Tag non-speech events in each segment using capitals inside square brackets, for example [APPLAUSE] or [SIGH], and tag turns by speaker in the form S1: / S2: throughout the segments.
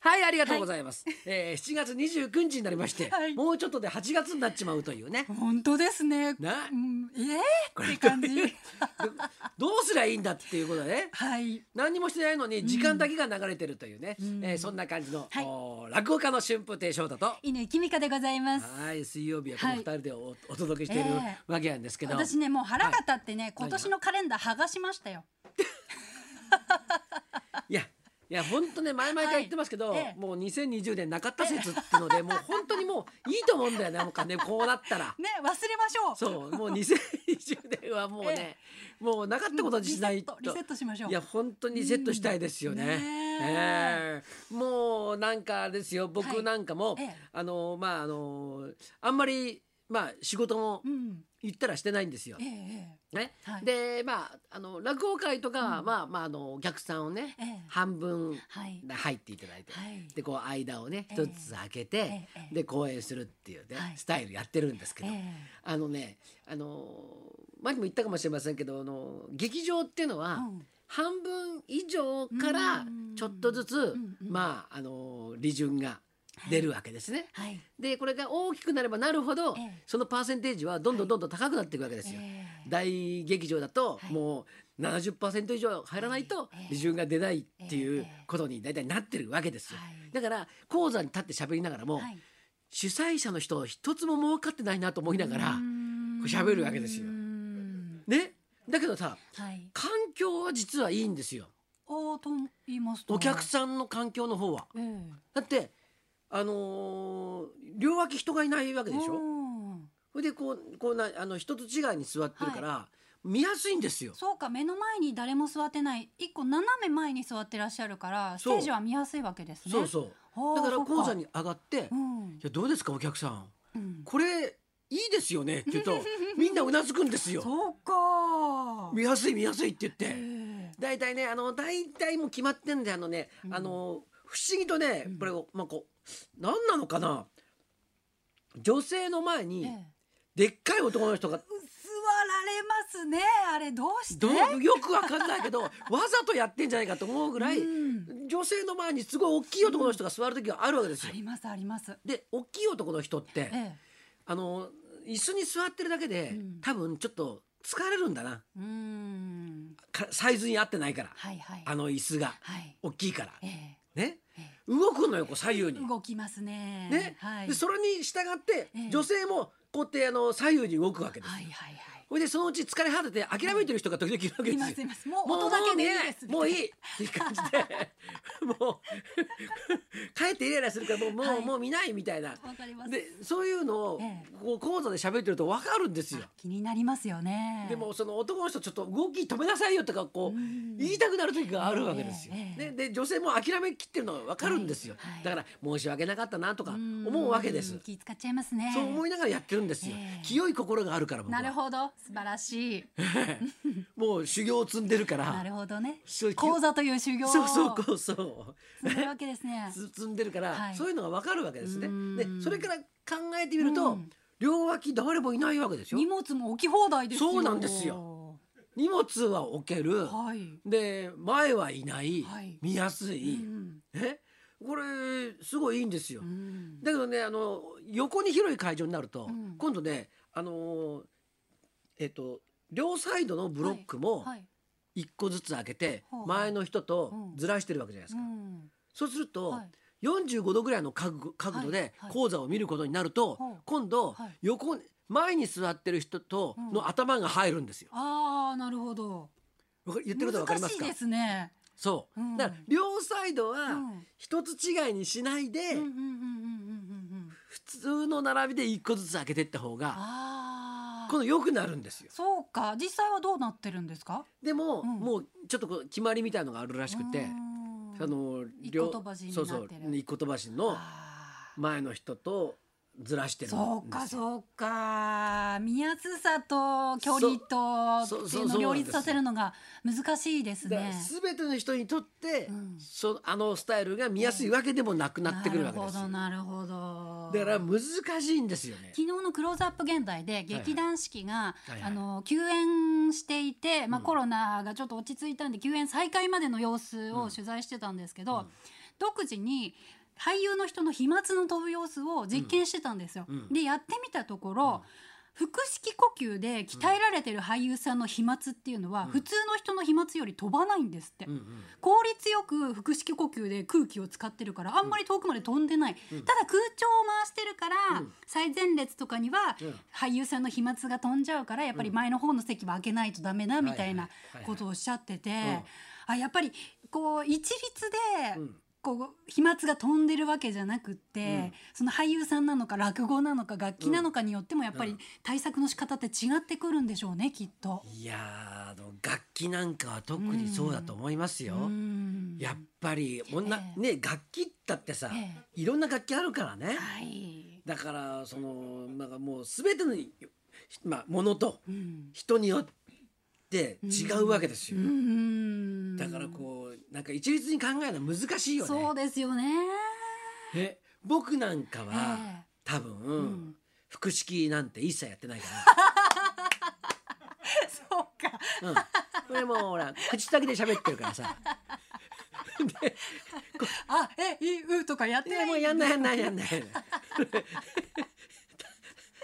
S1: はいありがとうございます、えー7月29日になりまして、
S2: はい
S1: もうちょっとで8月になっちまうというね
S2: 本当ですね。
S1: な
S2: うん、えー、って感じ。
S1: どうすりゃいいんだっていうことでね
S2: はい。
S1: 何にもしてないのに時間だけが流れてるというね、
S2: ん
S1: えーそんな感じの、
S2: はい
S1: おー落語家の春風亭昇太と
S2: 犬井美香でございます。
S1: はい水曜日はこの
S2: はい
S1: 二人でお,、お届けしている
S2: え
S1: わけなんですけど、
S2: 私ねもう腹が立ってね、今年のカレンダー剥がしましたよ。
S1: いやいや本当ね前々から言ってますけど、
S2: はいええ
S1: もう2020年なかった説っていうので、もう本当にもういいと思うんだよねもうねこうなったら。
S2: ね忘れましょう。
S1: そうもう2020年はもうね、もうなかったことにしないと
S2: リセットリセットしましょう
S1: いや本当にリセットしたいですよね。
S2: うんね
S1: ええもうなんかあれですよ
S2: は
S1: 僕
S2: い
S1: なんかも、
S2: ええ
S1: あのまああのあんまりまあ仕事も
S2: うん。
S1: 言ったらしてないんですよ
S2: え。え
S1: ね
S2: はい
S1: でまああの落語会とかは、まあまああのお客さんをね、
S2: ええ
S1: 半分
S2: はい
S1: 入っていただいて、
S2: はい
S1: でこう間をね
S2: ええ
S1: 一つ開けて、
S2: ええ
S1: で公演するっていうね、
S2: はい
S1: スタイルやってるんですけ
S2: え
S1: ど。
S2: え
S1: あのね、あのー前にも言ったかもしれませんけど、あのー劇場っていうのは、
S2: うん
S1: 半分以上から
S2: うん
S1: ちょっとずつ、
S2: んうん
S1: まああのー利潤が出るわけですね。
S2: はい。
S1: でこれが大きくなればなるほど、
S2: ええ
S1: そのパーセンテージはどんどんどんどん高くなっていくわけですよ。
S2: ええ
S1: 大劇場だと、
S2: はい
S1: もう70%以上入らないと
S2: ええ
S1: 利潤が出ないってい
S2: え
S1: う
S2: え
S1: ことに大体なってるわけですよ。
S2: はい
S1: だから講座に立って喋りながらも、
S2: はい。
S1: 主催者の人一つも儲かってないなと思いながら。
S2: こ
S1: こう喋るわけですよねだけどさ
S2: はい。
S1: 環境は実はいいんですよ
S2: おーと言いますと。
S1: お客さんの環境の方は。
S2: ん。え
S1: だってあのー両脇人がいないわけ
S2: え
S1: でしょ
S2: うん
S1: それでこうこうなあの人と違いに座ってるから、見やすいんですよ。
S2: そうか目の前に誰も座ってない一個斜め前に座ってらっしゃるからス
S1: そう
S2: テージは見やすいわけですね
S1: そうそう
S2: あー
S1: だから
S2: そっ
S1: 講座に上がって「い
S2: うん
S1: やどうですかお客さん
S2: うん
S1: これいいですよね」って
S2: [LAUGHS]
S1: 言うとみんなうなずくんですよ。
S2: そうか
S1: 見やすい見やすいって言っ
S2: え
S1: て。
S2: え
S1: 大体ねあの大体もう決まってんであのね、
S2: うん
S1: あの不思議とね
S2: うん
S1: これを、まあ、こう何なのかな女性の前
S2: え
S1: に
S2: え
S1: でっかい男の人が、
S2: 座られますねあれどうして
S1: どうよくわかんないけどわざとやってんじゃないかと思うぐらい、
S2: うん
S1: 女性の前にすごい大きい男の人が座る時があるわけです
S2: あ
S1: よ。
S2: りますあります
S1: で大きい男の人って、
S2: ええ
S1: あの椅子に座ってるだけで、
S2: うん
S1: 多分ちょっと疲れるんだな
S2: うん
S1: かサイズに合ってないから、
S2: はいはい
S1: あの椅子が
S2: はい
S1: 大きいから。
S2: ええ
S1: ね
S2: え
S1: 動くのよこう左右に
S2: え。動きますね
S1: ね、
S2: はい
S1: でそれに従って
S2: ええ
S1: 女性もこうやってあの左右に動くわけですよ。
S2: はいはいはい
S1: ほいでそのうち疲れ果てて諦めてる人が時々いるわけ
S2: い
S1: で
S2: ますすい
S1: よ。
S2: ますもう音だけでいいです
S1: もうねもうい
S2: い
S1: いっていう感じでもう帰ってイライラするからもうもう,、
S2: はい
S1: もう見ないみたいな
S2: わかります
S1: でそういうのを
S2: え
S1: こう講座で喋ってると分かるんですよ。
S2: 気になりますよね
S1: でもその男の人ちょっと動き止めなさいよとかこう言いたくなる時があるわけですよ。
S2: ええええ
S1: ねで女性も諦めきってるのは分かるんですよ
S2: はいは。い
S1: だから申し訳なかったなとか思うわけです
S2: ん。気使っちゃいますね
S1: そう思いながらやってるんですよ
S2: え。え
S1: 清い心があるから僕
S2: なる
S1: は。
S2: ほど素晴らしい
S1: もう修行を積んでるか
S2: な
S1: ら。
S2: るほどね
S1: そう
S2: 講座という修行を
S1: そうそうこうそう。
S2: するわけですね
S1: つ積んでるから、
S2: はい
S1: そういうのが分かるわけですね
S2: う。
S1: で
S2: ん
S1: それから考えてみると、
S2: うん
S1: 両脇誰もいないわけでしょ
S2: 荷。物も置き放題ですよ
S1: そうなんですよ荷物は置ける。
S2: はい
S1: で前はいない、
S2: はい
S1: 見やすい。
S2: うん
S1: えこれすごいいいんですよ、
S2: うん
S1: だけどねあの横に広い会場になると、
S2: うん
S1: 今度ねあのーえっ、と両サイドのブロックも
S2: はい
S1: 一個ずつ開けて
S2: ほうほう
S1: 前の人と
S2: うん
S1: ずらしてるわけじゃないです
S2: う
S1: か、
S2: ん
S1: そうすると、
S2: はい
S1: 45度ぐらいの角度角度で
S2: はい
S1: 講座を見ることになると、
S2: ほう
S1: 今度
S2: はい
S1: 横に前に座ってる人と
S2: うん
S1: の頭が入るんですよ。
S2: ああなるほど
S1: わか言ってることわかりま
S2: 難し
S1: す
S2: い
S1: か
S2: ですね
S1: そう、
S2: うん
S1: だから両サイド
S2: う
S1: は
S2: ん
S1: 一つ違いにしないで、
S2: うんうんうんうんうんうんうん
S1: 普通の並びで一個ずつ開けてった方が
S2: ああ
S1: この良くなるんですよ
S2: そうか実際はどうなってるんですか
S1: でも、
S2: うん
S1: もうちょっとこう決まりみたいのがあるらしく
S2: う
S1: て、
S2: ん
S1: あの
S2: 一
S1: 両
S2: 個飛ばしに
S1: そ
S2: な
S1: う
S2: ってる
S1: そう一個飛ばしの
S2: あー
S1: 前の人とずらしてるんです
S2: そうかそうか見やすさと距離と
S1: そう
S2: ってい
S1: そうそうう
S2: の
S1: そう
S2: を両立させるのが難しいです
S1: だから
S2: ね。
S1: 全ての人にとって、
S2: うん
S1: そあのスタイルが見やすいわけでもなくなってくるわけですよだ
S2: なるほどなるほど。
S1: から難しいんですよね
S2: 昨日のクローズアップ現代で劇団四季が、
S1: いはい
S2: あの休園していて、まあ
S1: うん
S2: コロナがちょっと落ち着いたんで休園再開までの様子を取材してたんですけど、
S1: うん
S2: 独自に俳優の人の飛沫の飛ぶ様子を実験してたんですよ。
S1: うん
S2: でやってみたところ、腹式呼吸で鍛えられてる俳優さんの飛沫っていうのは、
S1: うん
S2: 普通の人の飛沫より飛ばないんですって。
S1: うんうん
S2: 効率よく腹式呼吸で空気を使ってるからあんまり遠くまで飛んでない、
S1: うん
S2: ただ空調を回してるから、
S1: うん
S2: 最前列とかには
S1: うん
S2: 俳優さんの飛沫が飛んじゃうからやっぱり前の方の席は開けないとダメだみたいな
S1: はいはい
S2: ことをおっしゃってて、
S1: うん
S2: あやっぱりこう一律
S1: う
S2: で
S1: ん
S2: こう飛沫が飛んでるわけじゃなくって、
S1: うん
S2: その俳優さんなのか落語なのか楽器なのかによってもやっぱ
S1: う
S2: り
S1: ん
S2: 対策の仕方って違ってくるんでしょうねきっと。
S1: いやーあの楽器なんかは特にそうだと思いますよ。
S2: うん
S1: やっぱり女、
S2: ええ
S1: ね楽器だってさ、
S2: え
S1: いろんな楽器あるからね
S2: え。はい、
S1: だからそのなんかもう全てのにまあものと
S2: うん
S1: 人によって違うわけですよ。
S2: うん
S1: だからこうなんか一律に考えるのは難しいよね。
S2: そうですよね。
S1: え僕なんかは、
S2: ええ
S1: 多分、
S2: ん
S1: 腹式なんて一切やってないか
S2: そうか。
S1: ら、うん、
S2: [LAUGHS]
S1: これもうほら口だけで喋ってるからさ
S2: あ、え、いうとかやって
S1: で
S2: ない。
S1: もうやんないやんないやんない [LAUGHS]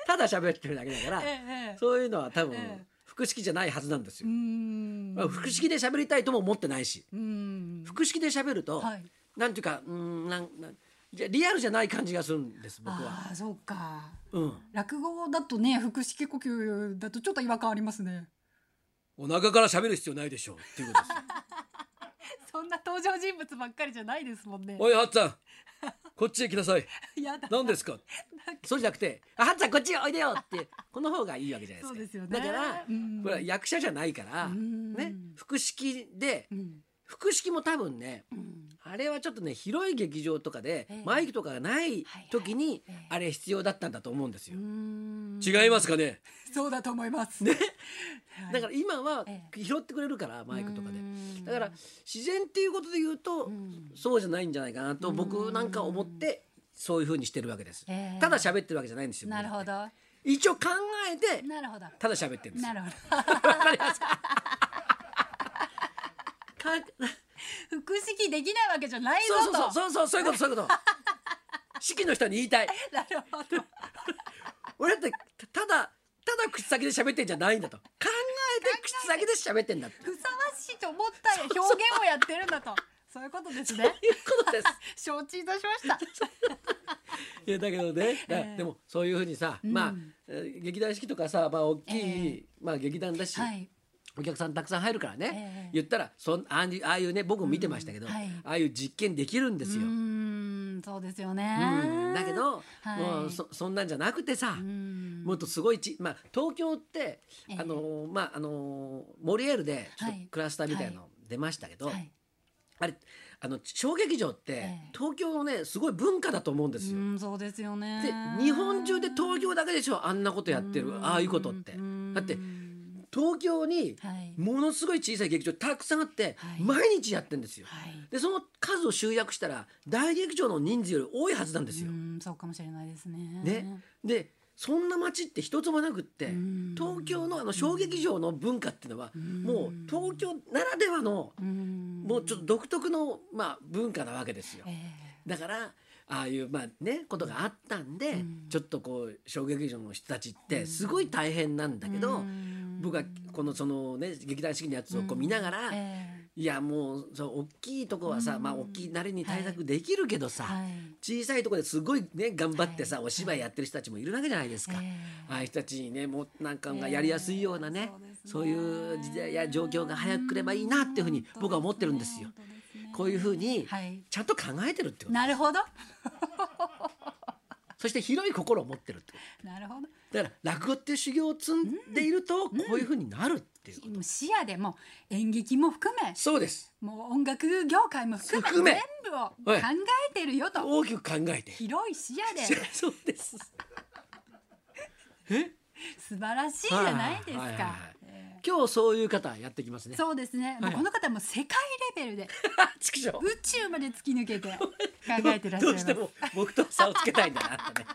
S1: ただ喋ってるだけだから
S2: ええええ
S1: そういうのは多分、
S2: ええ
S1: 腹式じゃないはずなんです
S2: うー
S1: よ、
S2: ん。
S1: まあ、腹式で喋りたいとも思ってないし
S2: うーん。
S1: 腹式で喋ると、
S2: はい。
S1: なんていうかうんなんなんじゃリアルじゃない感じがするんです僕は。
S2: ああ、そうか。
S1: うん
S2: 落語だとね、腹式呼吸だとちょっと違和感ありますね。 [LAUGHS]
S1: お腹から喋る必要ないでしょうっていうことですよ。
S2: そんな登場人物ばっかりじゃないですもんね。
S1: おい、はっちゃん、こっちへ来なさい。
S2: [LAUGHS] やだ。
S1: 何ですかそうじゃなくて「あはっちゃんこっちおいでよ」
S2: [LAUGHS]
S1: ってこの方がいいわけじゃないです
S2: そう
S1: か
S2: ですよね。
S1: だから
S2: うん
S1: これは役者じゃないから、
S2: うん
S1: ね腹式で
S2: うん。
S1: 腹式も多分ね
S2: うん。
S1: あれはちょっとね広い劇場とかで
S2: ええ
S1: マイクとかがない時に
S2: はいはいええ
S1: あれ必要だったんだと思うんです
S2: うー
S1: よ。
S2: ん
S1: 違いますかね
S2: そうだと思います。ね。
S1: だから今は
S2: え
S1: 拾ってくれるからマイクとかで
S2: うーん
S1: だから自然っていうことで言うと
S2: ん
S1: そうじゃないんじゃないかなと僕なんか思ってそういうふうにしてるわけです
S2: ええ
S1: ただ喋ってるわけじゃないんですよ
S2: なるほど。
S1: 一応考えて
S2: なるほど。
S1: ただ喋ってるんですよ
S2: なるほど。 [LAUGHS]
S1: わかりますか。
S2: 腹式できないわけじゃないぞ
S1: そう
S2: と。
S1: そうそうそうそういうことそういうこと。 [LAUGHS] 式の人に言いたい。
S2: なるほど。 [LAUGHS]
S1: 俺だってただただ口先で喋ってんじゃないんだと。考えて口先で喋ってんだと。
S2: ふさわしいと思った表現をやってるんだと。そういうことですね。
S1: いうことです。
S2: 承知いたしました。
S1: [LAUGHS] いやだけどね、だ
S2: ええ
S1: でもそういうふうにさ、
S2: うん
S1: まあえー劇団四季とかさ、まあ大きい、
S2: え
S1: まあ劇団だし、
S2: はい。
S1: お客さんたくさん入るからね
S2: ええ、
S1: 言ったらそんああいうああいうね僕も見てましたけど、
S2: うんはい
S1: ああいう実験できるんで
S2: う
S1: すよ。
S2: ーん、そうですよ
S1: う
S2: ね
S1: ん。だけど、
S2: はい
S1: もうそそんなんじゃなくてさ、
S2: うん、
S1: もっとすごいち、まあ、東京って、
S2: ええ
S1: あのーまああのーモリエールでちょっと
S2: はい
S1: クラスターみたいなの出ましたけど、
S2: はい。
S1: あれあの小劇場って、
S2: ええ
S1: 東京のねすごい文化だと思うんで
S2: う
S1: すよ。
S2: ん、そうですよね。
S1: で日本中で東京だけでしょあんなことやってるああいうことって。
S2: うん
S1: だって東京に
S2: はい。
S1: ものすごい小さい劇場たくさんあって、
S2: はい
S1: 毎日やってんですよ。
S2: はい。
S1: でその数を集約したら大劇場の人数より多いはずなんですよ。
S2: うん、そうかもしれないですね。
S1: ね。でそんな街って一つもなくって
S2: うん
S1: 東京のあの小劇場の文化っていうのはもう東京ならではの
S2: うん。
S1: もうちょっと独特のまあ文化なわけですよ
S2: え。
S1: だからああいうまあねことがあったんで
S2: うん
S1: ちょっとこう小劇場の人たちってすごい大変なんだ
S2: え
S1: けど
S2: うん
S1: 僕はこのそのね劇団四季のやつをこう見ながら
S2: ええ
S1: いやもうそう大きいとこはさ
S2: うん
S1: まあ大きいなりに対策できるけどさ
S2: はい。
S1: 小さいところですごいね頑張ってさ、
S2: はい
S1: お芝居やってる人たちもいるわけじゃないですか、
S2: ええ
S1: ああいう人たちにねもうなんかがやりやすいようなね,、
S2: ええ
S1: そういう時代や状況が早く来ればいいなっていうふうに僕は思ってるんですよ。。
S2: 本当ですね
S1: こういうふうに
S2: はい。
S1: ちゃんと考えてるってこと
S2: なるほど。
S1: そして広い心を持ってるってこ
S2: なるほど。
S1: とだから落語っていう修行を積んでいるとこういうふうになるっていうこと、
S2: もう視野でもう演劇も含め、
S1: そうです
S2: もう音楽業界も含め
S1: 含め
S2: 全部を考
S1: はい
S2: えてるよと。
S1: 大きく考えて
S2: 広い視野で
S1: [LAUGHS] そうです
S2: 素晴らしいじゃないです
S1: はいはい
S2: か
S1: はい。
S2: え
S1: 今日そういう方やってきます
S2: え
S1: ね
S2: そうですね。もう
S1: はい
S2: この方も世界レベルで
S1: [LAUGHS] 畜生
S2: 宇宙まで突き抜けて考えてらっしゃいます。
S1: どうしても僕と差をつけたいんだなってね。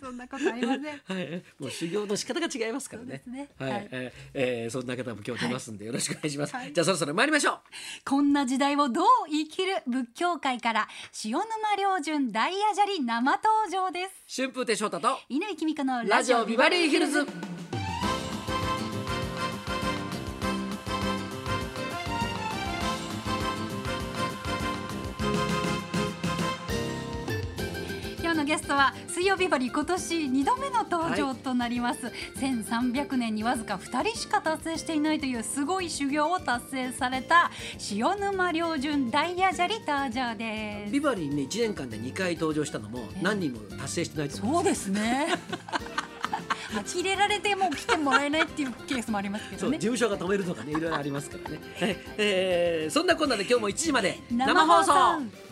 S2: そんなことありません。
S1: はい、もう修行の仕方が違いますからね。
S2: そうですね
S1: はい、
S2: はい
S1: えーえーそんな方も今日出ますんで、よろしくお願いします。
S2: はい
S1: じゃあ、そろそろ参りましょう。
S2: こんな時代をどう生きる仏教界から塩沼良順大アジャリ生登場です。
S1: 春風亭昇太と
S2: 犬井君子の
S1: ラ
S2: ラ
S1: ジ
S2: ジ
S1: オ
S2: オ
S1: ビ
S2: ビ
S1: バ
S2: バ
S1: リ
S2: リ
S1: ー
S2: ー
S1: ヒ
S2: ヒ
S1: ル
S2: ル
S1: ズ
S2: ズ。今日のゲストは水曜ビバリー今年二度目の登場となります、1300年にわずか2人しか達成していないというすごい修行を達成された塩沼良順大アジャリ登場です
S1: ビバリーね、1年間で2回登場したのも、何人も達成してないと思
S2: そ
S1: いうま
S2: です
S1: [LAUGHS]
S2: ね呆れられてもう来てもらえないっていうケースもありますけ
S1: そ
S2: ど
S1: う、
S2: ね
S1: 事務所が止めるとかね、いろいろありますからね。はい、えーそんなこんなで今日も1時まで生
S2: 生放
S1: 放送
S2: 送